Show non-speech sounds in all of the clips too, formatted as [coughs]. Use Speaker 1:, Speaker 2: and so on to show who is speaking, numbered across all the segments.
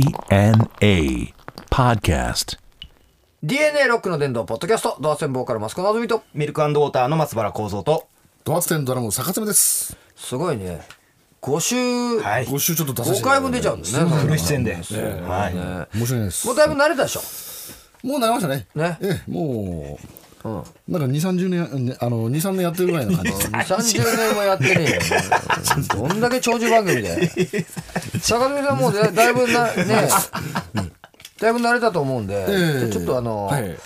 Speaker 1: DNA Podcast.
Speaker 2: DNA ロックの伝道ポッドキャスト、ドアセンボーカルマスコナズミと、
Speaker 3: ミルクウォーターの松原幸三と、
Speaker 4: ドアツテンドラム坂爪です。
Speaker 2: すごいね、5週、五
Speaker 3: い
Speaker 4: ご週ちょっと出させ
Speaker 2: 5
Speaker 4: て。
Speaker 2: 回分出ちゃうんですね。
Speaker 3: フル
Speaker 2: そ
Speaker 3: 出
Speaker 2: れ
Speaker 3: 演で、はい、
Speaker 2: はね
Speaker 4: 面白いです。
Speaker 2: もうだいぶ慣れたでしょ。
Speaker 4: もうなりましたね。
Speaker 2: [laughs] ね
Speaker 4: ええ、もう。なんか二三十年、ねあの二三年やってるぐらいの感じ。
Speaker 2: 2、30年もやってね [laughs] えよ。どんだけ長寿番組で。坂上さんも [laughs] うだだいぶな、ね、だいぶ慣れたと思うんで、
Speaker 4: ええ
Speaker 2: ちょっとあの、
Speaker 4: はい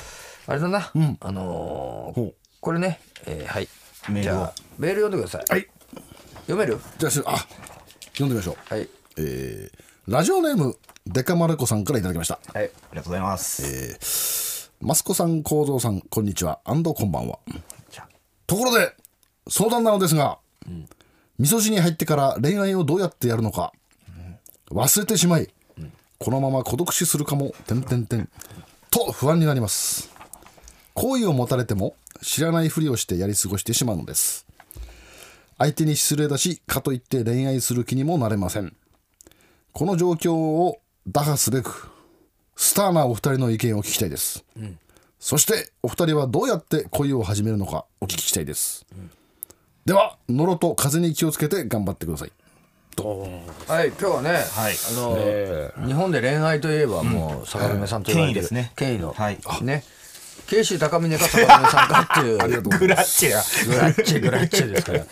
Speaker 2: あれだな、あのー
Speaker 4: ほう
Speaker 2: これね、えーはい。
Speaker 3: メール
Speaker 2: じ
Speaker 3: を
Speaker 2: ゃあメール読んでください。
Speaker 4: はい
Speaker 2: 読める
Speaker 4: じゃあし、あ、読んでみましょう。
Speaker 2: はい。
Speaker 4: えー、ラジオネームデカマルコさんからいただきました。
Speaker 2: はい。
Speaker 3: ありがとうございます。
Speaker 4: マスコさん、コウゾウさん、こんにちは、アンドこんばんは。ところで、相談なのですが、味噌汁に入ってから恋愛をどうやってやるのか、忘れてしまい、このまま孤独死するかも、てんてんてん、と不安になります。好意を持たれても、知らないふりをしてやり過ごしてしまうのです。相手に失礼だし、かといって恋愛する気にもなれません。この状況を打破すべく、スターなお二人の意見を聞きたいです。そしてお二人はどうやって恋を始めるのかお聞きしたいです、ではノロと風に気をつけて頑張ってください
Speaker 2: はい、今日はね、
Speaker 3: は
Speaker 2: あ
Speaker 3: い
Speaker 2: の、日本で恋愛といえばもう坂上さんと言われてる、
Speaker 3: 権威ですね
Speaker 2: 権威の、
Speaker 3: はい
Speaker 2: ね、慶州高峰か坂上さんかっていう、
Speaker 3: グラッチェが、
Speaker 2: グラッチグラッチですから。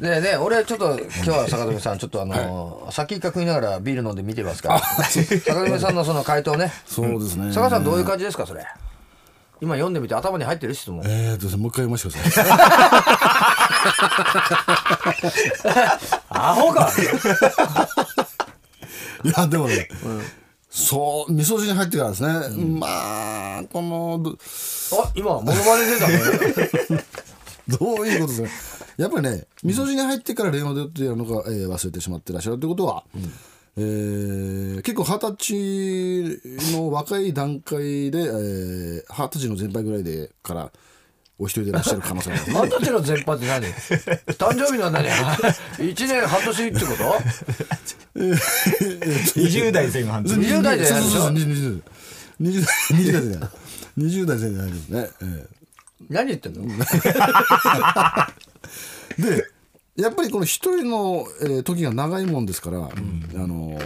Speaker 2: でね、俺ちょっと今日は坂上さんちょっとあの、先っか食いながらビール飲んで見てますから、坂上さんのその回答ね、
Speaker 4: そうですね
Speaker 2: 坂上さんどういう感じですかそれ。今読んでみて頭に入ってる質問。
Speaker 4: えーとですねもう一回読ませてくださ
Speaker 2: [laughs]
Speaker 4: い
Speaker 2: アホか。
Speaker 4: [laughs] いやでもね、そう味噌汁に入ってからですね、まあこのど
Speaker 2: あ、今モノマネ出たね。
Speaker 4: どういうことですねやっぱりね味噌汁に入ってから恋愛をどうやってやるのか、えー忘れてしまってらっしゃるということは、えー結構二十歳の若い段階でえー二十、歳の前輩ぐらいでからお一人でいらっしゃる可能性がある
Speaker 2: あんたちの全般って何？誕生日の何？一年半年ってこと？
Speaker 3: 20代前半 [laughs] です。
Speaker 2: 20代じゃないでしょ
Speaker 4: そうそうそう20 20代20代じゃない20代じゃないですね、え
Speaker 2: 何言ってんの？
Speaker 4: えでやっぱりこの一人の、えー時が長いもんですから、あのー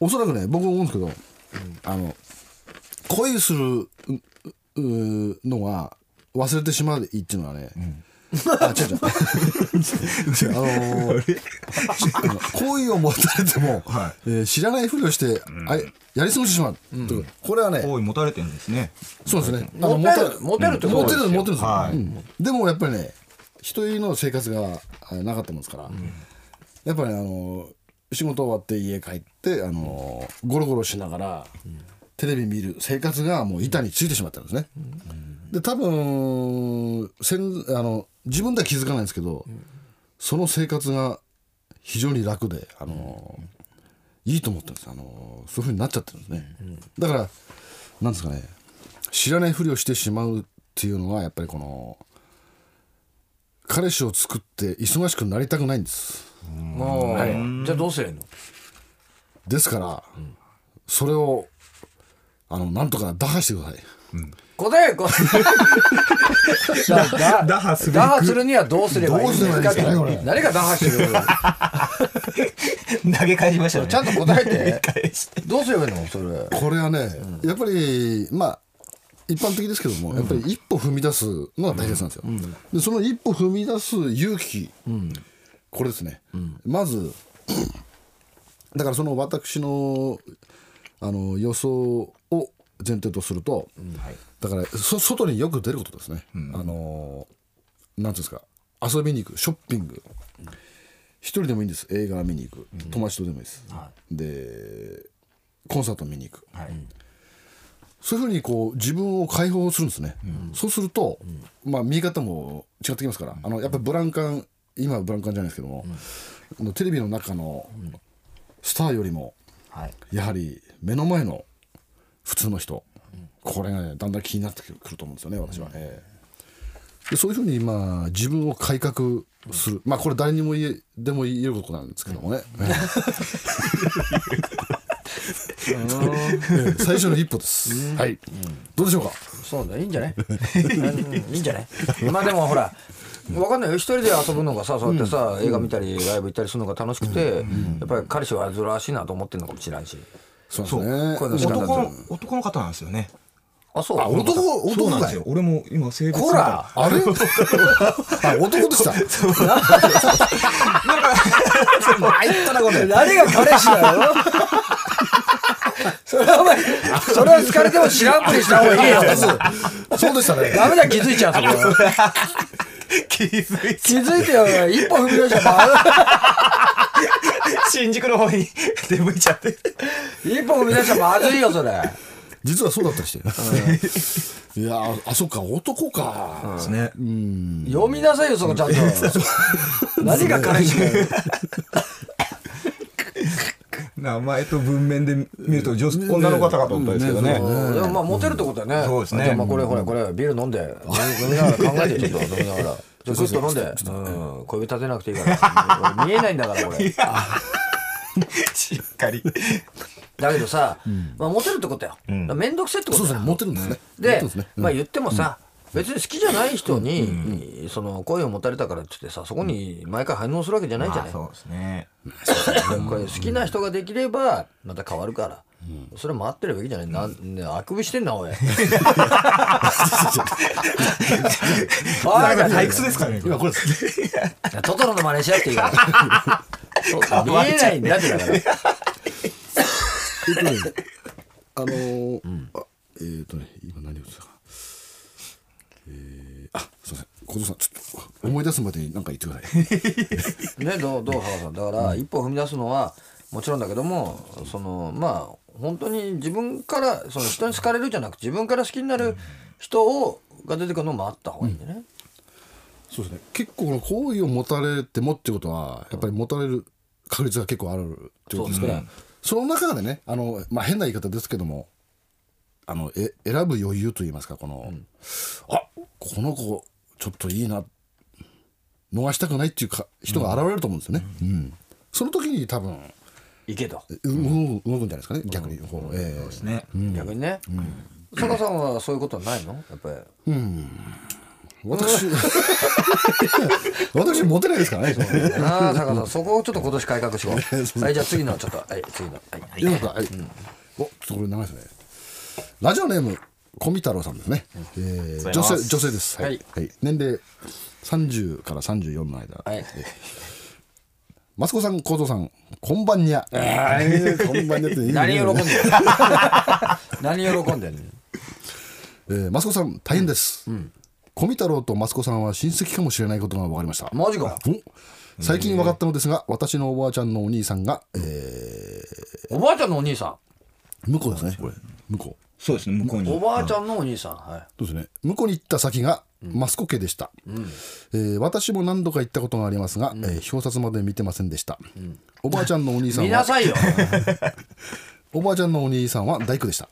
Speaker 4: おそらくね僕思うんですけど、あの恋するううのは忘れてしまうっていうのはね、あ違う違 [laughs] う違うあのーあの恋を持たれても、えー知らないふりをして、あいやり過ごしてしまう、これはね
Speaker 3: 好意持たれてるんですね。
Speaker 4: そうですね。
Speaker 2: モテるモテるってこと
Speaker 4: で
Speaker 2: ですすよ
Speaker 4: モテるんですよ
Speaker 3: はい
Speaker 4: うんでもやっぱりね、一人の生活があなかったもんですから、やっぱりねあの仕事終わって家帰ってあのゴロゴロしながらテレビ見る生活がもう板についてしまったんですね。で多分せんあの自分では気づかないんですけど、その生活が非常に楽であの、いいと思ったんですあのそういうふうになっちゃってるんですね、だからなんですかね知らないふりをしてしまうっていうのはやっぱりこの彼氏を作って忙しくなりたくないんです
Speaker 2: もうじゃあどうすりゃいいの？
Speaker 4: ですから、それをあのなんとか打破してください
Speaker 2: 答えこだだ
Speaker 3: 打破すべく
Speaker 2: 打破するにはどうすればいいんです
Speaker 4: どうすればいいですかねこれ
Speaker 2: 何が打破してるの
Speaker 3: 投げ返しましたね。
Speaker 2: ちゃんと答
Speaker 3: [laughs]
Speaker 2: えて
Speaker 3: 返して。
Speaker 2: [laughs] どうすればいいのそれ
Speaker 4: これはね、やっぱりまあ一般的ですけども、やっぱり一歩踏み出すのが大切なんですよ、でその一歩踏み出す勇気、これですね、まず [clears throat] だからその私のあの予想を前提とすると、だからそ外によく出ることですね、あのなんていうんですか遊びに行くショッピング、一人でもいいんです映画見に行く、友達とでもいいです、でコンサート見に行く、そういうふうにこう自分を解放するんですね、そうすると、まあ、見え方も違ってきますから、あのやっぱりブランカン今はブランカンじゃないですけども、あのテレビの中のスターよりも、
Speaker 3: はい。
Speaker 4: やはり目の前の普通の人、これがねだんだん気になってくるくると思うんですよね私は、ええでそういうふうにまあ自分を改革する、まあこれ誰にも言えでも言えることなんですけどもね、ええ [laughs] ええ最初の一歩です。はい。どうでしょうか。
Speaker 2: そうだいいんじゃないうんいいんじゃないまあでもほらわかんないよ一人で遊ぶのがさそうやってさ、映画見たりライブ行ったりするのが楽しくて、やっぱり彼氏はずらしいなと思ってるのかもしれないし
Speaker 4: そうです
Speaker 3: そう
Speaker 4: ね。
Speaker 2: こういうの時間だと
Speaker 3: 男の男の方なんですよね
Speaker 2: あそう
Speaker 4: あ、男、
Speaker 3: そうな
Speaker 4: 男
Speaker 3: んで
Speaker 4: か
Speaker 3: す
Speaker 4: い
Speaker 3: よ。俺も今性別
Speaker 2: こら
Speaker 4: あれ [laughs] あ、男でした。
Speaker 3: 入ったなこれ
Speaker 2: 誰が彼氏だよそれはお前それは疲れても知らんぷりした方がいいよ
Speaker 4: そうでしたね。
Speaker 2: ダメだ気づいちゃうそこ
Speaker 3: 気づいて
Speaker 2: 気づいてよ一歩踏み出しちゃま
Speaker 3: [laughs] 新宿の方に [laughs] 出向いちゃって
Speaker 2: 一歩踏み出しちゃまずいよそれ
Speaker 4: 実はそうだったり [laughs] して。いやあ、あそっか、男か。
Speaker 3: ですね
Speaker 2: 読みなさいよそこちゃんと何が彼氏だよ
Speaker 3: 名前と文面で見ると女女の方かと思ったんですけどね
Speaker 2: [laughs] うんでもまあモテるってことだよね。
Speaker 3: そうですね
Speaker 2: じゃあまあこれほらこれビール飲んで飲みながら考えてちょっと飲みながら。ちょっとグッと飲んで、うん、小指立てなくていいから、俺見えないんだからこれ。
Speaker 3: しっかり
Speaker 2: だけどさ、まあモテるってことよ。だからめんどくせえってこ
Speaker 4: そう
Speaker 2: と
Speaker 4: です
Speaker 2: だ
Speaker 4: ね、
Speaker 2: よ。
Speaker 4: モテるんですね。
Speaker 2: で
Speaker 4: モテるんですね、
Speaker 2: まあ言ってもさ、別に好きじゃない人に、その恋を持たれたからって言ってさ、そこに毎回反応するわけじゃないじゃない。
Speaker 3: そうですね
Speaker 2: これ好きな人ができればまた変わるから、それ待ってるべきじゃない、なんね、あくびしてんな
Speaker 4: [laughs]
Speaker 2: おいおい
Speaker 3: 退屈ですかね
Speaker 4: 今これ、
Speaker 2: トトロの真似しなくていい
Speaker 4: [laughs]
Speaker 2: から見えないんだってだから
Speaker 4: えっとね、あの [laughs] ーあえっとね、今何を言ってたか。えー、あ、すいません。小僧さん、ちょっと思い出すまでに何か言ってください。 [laughs]
Speaker 2: ねどうどう原さんだから一歩踏み出すのはもちろんだけどもそのまあ本当に自分からその人に好かれるじゃなく自分から好きになる人をが出てくるのもあった方がいいんだよね、
Speaker 4: そうですね。結構この好意を持たれてもってことは、やっぱり持たれる確率が結構あるってことですから、
Speaker 2: そうですね
Speaker 4: その中でね、あの、まあ、変な言い方ですけども、あの、え、選ぶ余裕と言いますか、この、あ、この子、ちょっといいな、逃したくないっていうか人が現れると思うんですよね。うん。その時に多分、
Speaker 2: いけと、
Speaker 4: う動く動くんじゃないですかね、逆に。こうええ
Speaker 3: ですね
Speaker 2: 逆にね、坂さんはそういうことはないのやっぱり [laughs]
Speaker 4: 私、 [laughs] 私モテないですからね。
Speaker 2: なあ、坂さん、そこをちょっと今年改革しよ [laughs] う。はい、じゃあ次のちょっと、はい、次の。はい。
Speaker 4: よかった。はい。お、ちょっとこれ長いですね。ラジオネーム、小見太郎さんですね。えー
Speaker 3: ありがと
Speaker 4: 女
Speaker 3: うござい
Speaker 4: 性、
Speaker 3: ます
Speaker 4: 女性です。
Speaker 2: はい
Speaker 4: はい年齢30から34の間。
Speaker 2: はい
Speaker 4: マスコさん、コウゾさん、こんばんにゃ。 [laughs] こんばんにゃっていいね
Speaker 2: 何喜んでんの [laughs] 何喜んでんの
Speaker 4: えーマスコさん、大変です。小見太郎とマスコさんは親戚かもしれないことが分かりました。
Speaker 2: マジか。
Speaker 4: お最近分かったのですが、私のおばあちゃんのお兄さんが、え
Speaker 2: おばあちゃんのお兄さ。
Speaker 4: ー向こうですね。向こう。
Speaker 3: そうですね向こうん
Speaker 2: お
Speaker 3: に
Speaker 2: ばあちゃんのお兄さん。は
Speaker 4: そうですね。向こうに行った先が、マスコ家でした、えー私も何度か行ったことがありますが、えー表札まで見てませんでした、おばあちゃんのお兄
Speaker 2: い。
Speaker 4: さん
Speaker 2: 見な
Speaker 4: は
Speaker 2: さいよ。
Speaker 4: おばあちゃんのお兄さんは大工でした、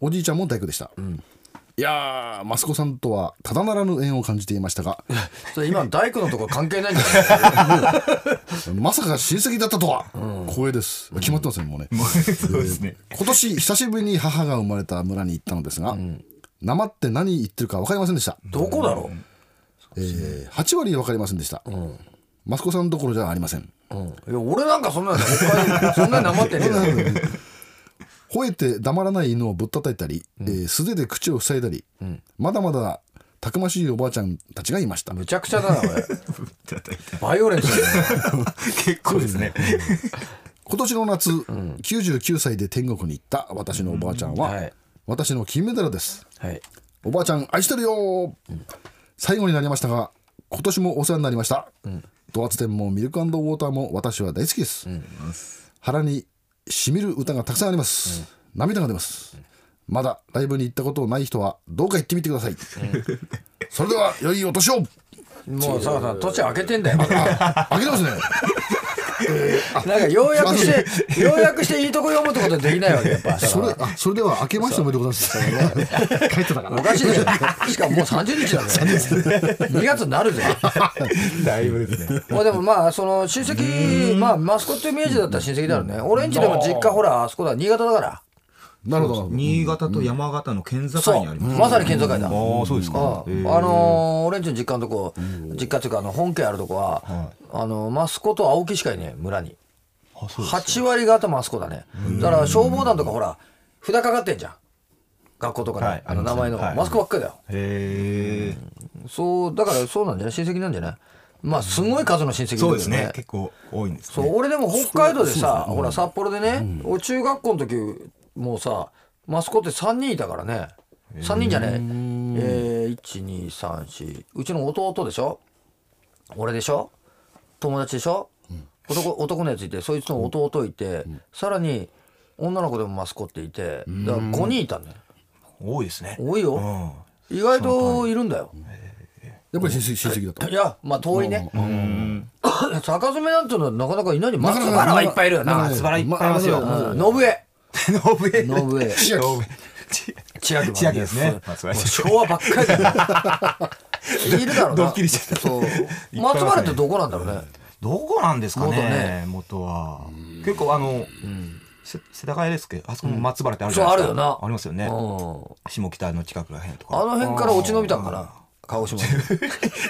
Speaker 4: おじいちゃんも大工でした、いやーマスコさんとはただならぬ縁を感じていました [laughs] が
Speaker 2: それ今、大工のとこ関係ないんじゃない
Speaker 4: まさか親戚だったとは、光栄です決まってますねもうね
Speaker 3: そうですね
Speaker 4: 今年久しぶりに母が生まれた村に行ったのですが、なまって何言ってるか分かりませんでした、
Speaker 2: どこだろ
Speaker 4: えー8割分かりませんでした、マスコさんどころじゃありません
Speaker 2: う。うん。いや、俺なんかそんなの、北海道そんなに [laughs] 黙ってねえだろ。
Speaker 4: 吠えて黙らない犬をぶったたいたり、えー素手で口を塞いだり、まだまだたくましいおばあちゃんたちがいました
Speaker 2: むちゃくちゃだな、俺。バイオレンスだよ
Speaker 3: 結構ですね
Speaker 4: 今年の夏、99歳で天国に行った私のおばあちゃんは、
Speaker 2: うんはい
Speaker 4: 私の金メダルです
Speaker 2: ね。はい。
Speaker 4: おばあちゃん愛してるよ、最後になりましたが今年もお世話になりました、ドアツ店もミルクウォーターも私は大好きです、腹にしみる歌がたくさんあります、涙が出ます、まだライブに行ったことない人はどうか行ってみてください、それでは良いお年を
Speaker 2: もう坂さん、年明けてんだよ。
Speaker 4: あ開けてますね
Speaker 2: なんかようやくして、ようやくしていいとこ読むってことできないわけ、やっぱ。
Speaker 4: それ、あ、それでは、明けましておめでとうございます。書いてたか
Speaker 2: お
Speaker 4: ら。
Speaker 2: かしいでしょ。しかももう30日だぜ。2月になるぜ。
Speaker 3: だいぶですね。
Speaker 2: まあでもまあ、その親戚、まあマスコットイメージだったら親戚だろうね。俺んちでも実家ほら、あそこだ、新潟だから。
Speaker 4: なるほど。
Speaker 3: 新潟と山形の県境
Speaker 2: そ
Speaker 3: にあ
Speaker 2: う
Speaker 3: ります。
Speaker 2: まさに県境だ。
Speaker 3: ああ、そうですか。
Speaker 2: うんあのー、俺んちの実家のとこ、実家っていうか、あの、本家あるとこは、あの、マスコと青木しかいねえ、村に。8割方マスコだね。だから消防団とかほら、札かかってんじゃん。学校とか
Speaker 3: は
Speaker 2: ね
Speaker 3: い、
Speaker 2: あの名前の、
Speaker 3: はい
Speaker 2: マスコばっかりだよ。
Speaker 3: へえ。
Speaker 2: そう、だからそうなんじゃない親戚なんじゃないまあ、すごい数の親戚いる
Speaker 3: そ
Speaker 2: よ
Speaker 3: うですね。結構多いんです
Speaker 2: そ
Speaker 3: ね。
Speaker 2: う俺でも北海道でさほら札幌でね、俺中学校の時もうさマスコって3人いたからね3人じゃねええー、1234うちの弟でしょ俺でしょ友達でしょ、男男のやついてそいつの弟いて、さらに女の子でもマスコっていてだから5人いたんだよ
Speaker 3: 多いですね。
Speaker 2: 多いよ意外といるんだよ
Speaker 4: やっぱり親戚、親戚だと。
Speaker 2: いやまあ遠いね坂詰めなん [coughs] ていうのはなかなかいないね松
Speaker 4: なかな
Speaker 2: 原
Speaker 4: か
Speaker 2: はいっぱいいるよな
Speaker 4: な
Speaker 2: 松
Speaker 4: か
Speaker 2: 原
Speaker 4: な
Speaker 3: バラいっぱいありますよ。
Speaker 4: まあ
Speaker 2: うん信江
Speaker 3: 信江。
Speaker 2: ノブウェイ
Speaker 4: 千
Speaker 2: 千秋も
Speaker 4: 秋
Speaker 2: ね
Speaker 3: 千秋ですね
Speaker 2: そう
Speaker 3: 松原
Speaker 2: もう昭和ばっかりだよいるだろうな
Speaker 3: [laughs] ドッキリしちゃった
Speaker 2: そう
Speaker 3: いっぱい
Speaker 2: 松原ってどこなんだろうね
Speaker 3: どこなんですか
Speaker 2: 元ね
Speaker 3: ね。元は。結構あのせ世田谷ですけど、あそこも松原ってあるじゃないです
Speaker 2: そうあ
Speaker 3: か。
Speaker 2: るよな
Speaker 3: ありますよ
Speaker 2: う
Speaker 3: ね。
Speaker 2: ん
Speaker 3: 下北の近くらへんとか。
Speaker 2: あの辺から落ち延びたんかな鹿児島
Speaker 3: [laughs]
Speaker 2: に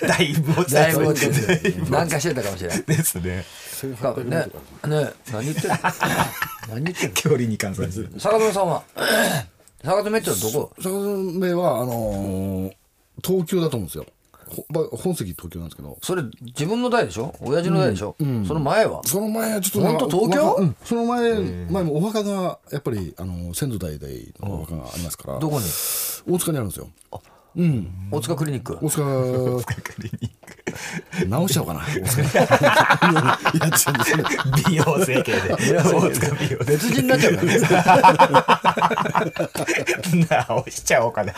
Speaker 3: だいぶ落ち
Speaker 2: だい
Speaker 3: た
Speaker 2: ぶ落ちてるなんかしてたかもしれない
Speaker 3: ですね。
Speaker 2: かねね何言ってん [laughs] の何言ってんの
Speaker 3: 距離に換算する。
Speaker 2: 坂爪さんは [clears throat] 坂爪ってのはどこ
Speaker 4: 坂爪は、あのー、東京だと思うんですよ。ほま本籍東京なんですけど。
Speaker 2: それ自分の代でしょ親父の代でしょ、その前は
Speaker 4: その前はちょっとなんか
Speaker 2: 本当東京
Speaker 4: お墓うんその前、前もお墓が、やっぱり、あの、先祖代々のお墓がありますから、
Speaker 2: どこに
Speaker 4: 大塚にあるんですよ。
Speaker 2: 大塚クリニック
Speaker 4: 大塚、
Speaker 3: クリニック
Speaker 4: 直しちゃおうかな。大塚いや、違うんですね。
Speaker 3: 美容整形で。大塚美容整
Speaker 2: 別人になっちゃうから
Speaker 3: 形。直しちゃおうかな。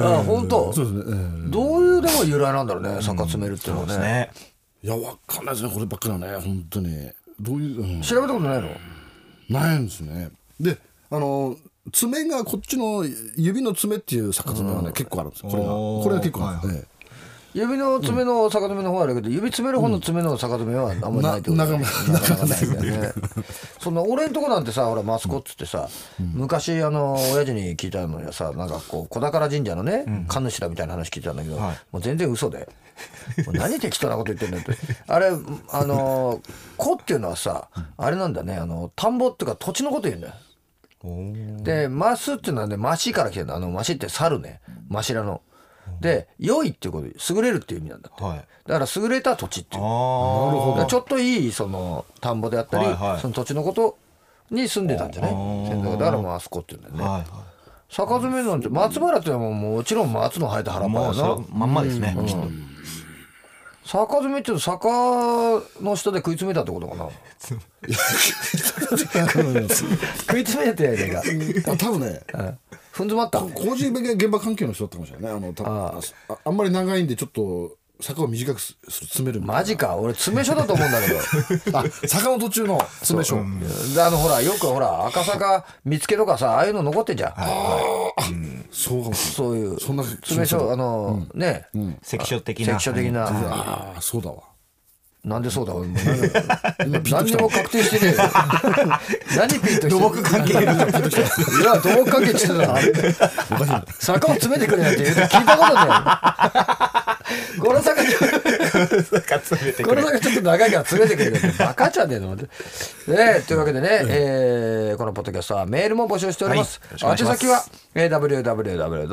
Speaker 2: ああ本当、
Speaker 4: そうですね。ええ
Speaker 2: どういうでも由来なんだろうね、坂詰めるっていうのはね
Speaker 3: ね。
Speaker 4: いや、わかんないですね、こればっかりはね、本当に。どういう、うん
Speaker 2: 調べたことないの
Speaker 4: ないんですね。で、あの、爪がこっちの指の爪っていう逆爪がね、結構あるんですよ。これが、
Speaker 3: おー
Speaker 4: これが結構あるんです、ね
Speaker 2: 指の爪の坂詰めの方はあるけど、指詰める方の爪の坂詰めはあんまりないってことだよね
Speaker 4: な
Speaker 2: なかなかないんだよねそんな俺んとこなんてさほらマスコっつってさ、昔あの親父に聞いたのにはさなんかこう小宝神社のね、神主だみたいな話聞いてたんだけど、
Speaker 3: はい
Speaker 2: もう全然嘘でもう何適当なこと言ってんだって [laughs] あれあの「子」っていうのはさあれなんだねあの田んぼっていうか土地のこと言うんだよで、マスっていうのはね、マシから来てるの。あの、マシって猿ね。マシラの。で、良いっていうことで、優れるっていう意味なんだって。
Speaker 3: はい。
Speaker 2: だから、優れた土地って
Speaker 3: ああ。な
Speaker 2: いう。
Speaker 3: る
Speaker 2: だ
Speaker 3: ほ
Speaker 2: からちょっといい、その、田んぼであったり、
Speaker 3: はいはい
Speaker 2: その土地のことに住んでたんじゃない
Speaker 3: あー
Speaker 2: 先祖がだから、マスコっていうんだよね。
Speaker 3: はいはい。
Speaker 2: 坂詰めなんて、松原っていうのはもうもちろん松の生えた原っぱ
Speaker 3: も
Speaker 2: や
Speaker 3: うそ
Speaker 2: な
Speaker 3: の。まんまですね。きっと
Speaker 2: 坂詰めっていうと、坂の下で食い詰めたってことかな。食い詰めてやねん [laughs] か。
Speaker 4: [laughs] あ多分ね、
Speaker 2: 踏ん詰まった。
Speaker 4: 工事現場関係の人だったかもしれないね。あの、たああんまり長いんで、ちょっと、坂を短くす詰めるみたいな
Speaker 2: マジか。俺、詰め所だと思うんだけど。 [laughs]
Speaker 4: あ、坂の途中の詰め所。
Speaker 2: であのほらよくほら赤坂見つけとかさああいうの残ってんじゃん、
Speaker 4: そうかもしれ
Speaker 2: そういう
Speaker 4: そんな
Speaker 2: 詰め所あの、ね、
Speaker 3: 関所的な。
Speaker 2: 関所的な、
Speaker 4: ない。ああ、そうだわ。
Speaker 2: なんでそうだ俺 [laughs] もう何何にも確定して [laughs] ねえよ何ピンとして土木関係いや土木関係してた [laughs] な坂を詰めてくれなんて言うと聞いたことない [laughs] よこの坂ちょっと
Speaker 3: [laughs] か詰めて
Speaker 2: こ
Speaker 3: くれ
Speaker 2: れ。だけちょっと長いから詰めてくれるよバカじゃねえの待ってねえというわけでね、えーこのポッドキャストはメールも募集しております、
Speaker 3: はいよろしくお願いし
Speaker 2: 宛
Speaker 3: ます
Speaker 2: 先はえー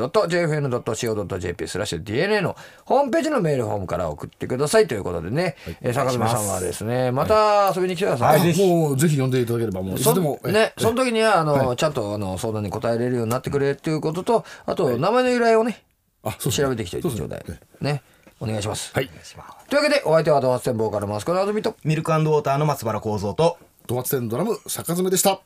Speaker 2: www.jfn.co.jp スラッシュ DNA のホームページのメールフォームから送ってくださいということでね、えー坂爪さんはですねまた遊びに来てください、
Speaker 4: あもうぜひ呼んでいただければ、もう、いつ
Speaker 2: そ
Speaker 4: でも。え
Speaker 2: ね、その時にはあの、ちゃんとあの相談に答えれるようになってくれっていうこととあと名前の由来をね、
Speaker 4: あそうですね
Speaker 2: 調べてきておいてちょうだい
Speaker 4: そうで
Speaker 2: ねお願いします、
Speaker 4: はい。
Speaker 2: というわけでお相手はドハツテンボーカルマスコのあずみと
Speaker 3: ミルクウォーターの松原幸三と。
Speaker 4: ドアツテンドラム、坂詰めでした。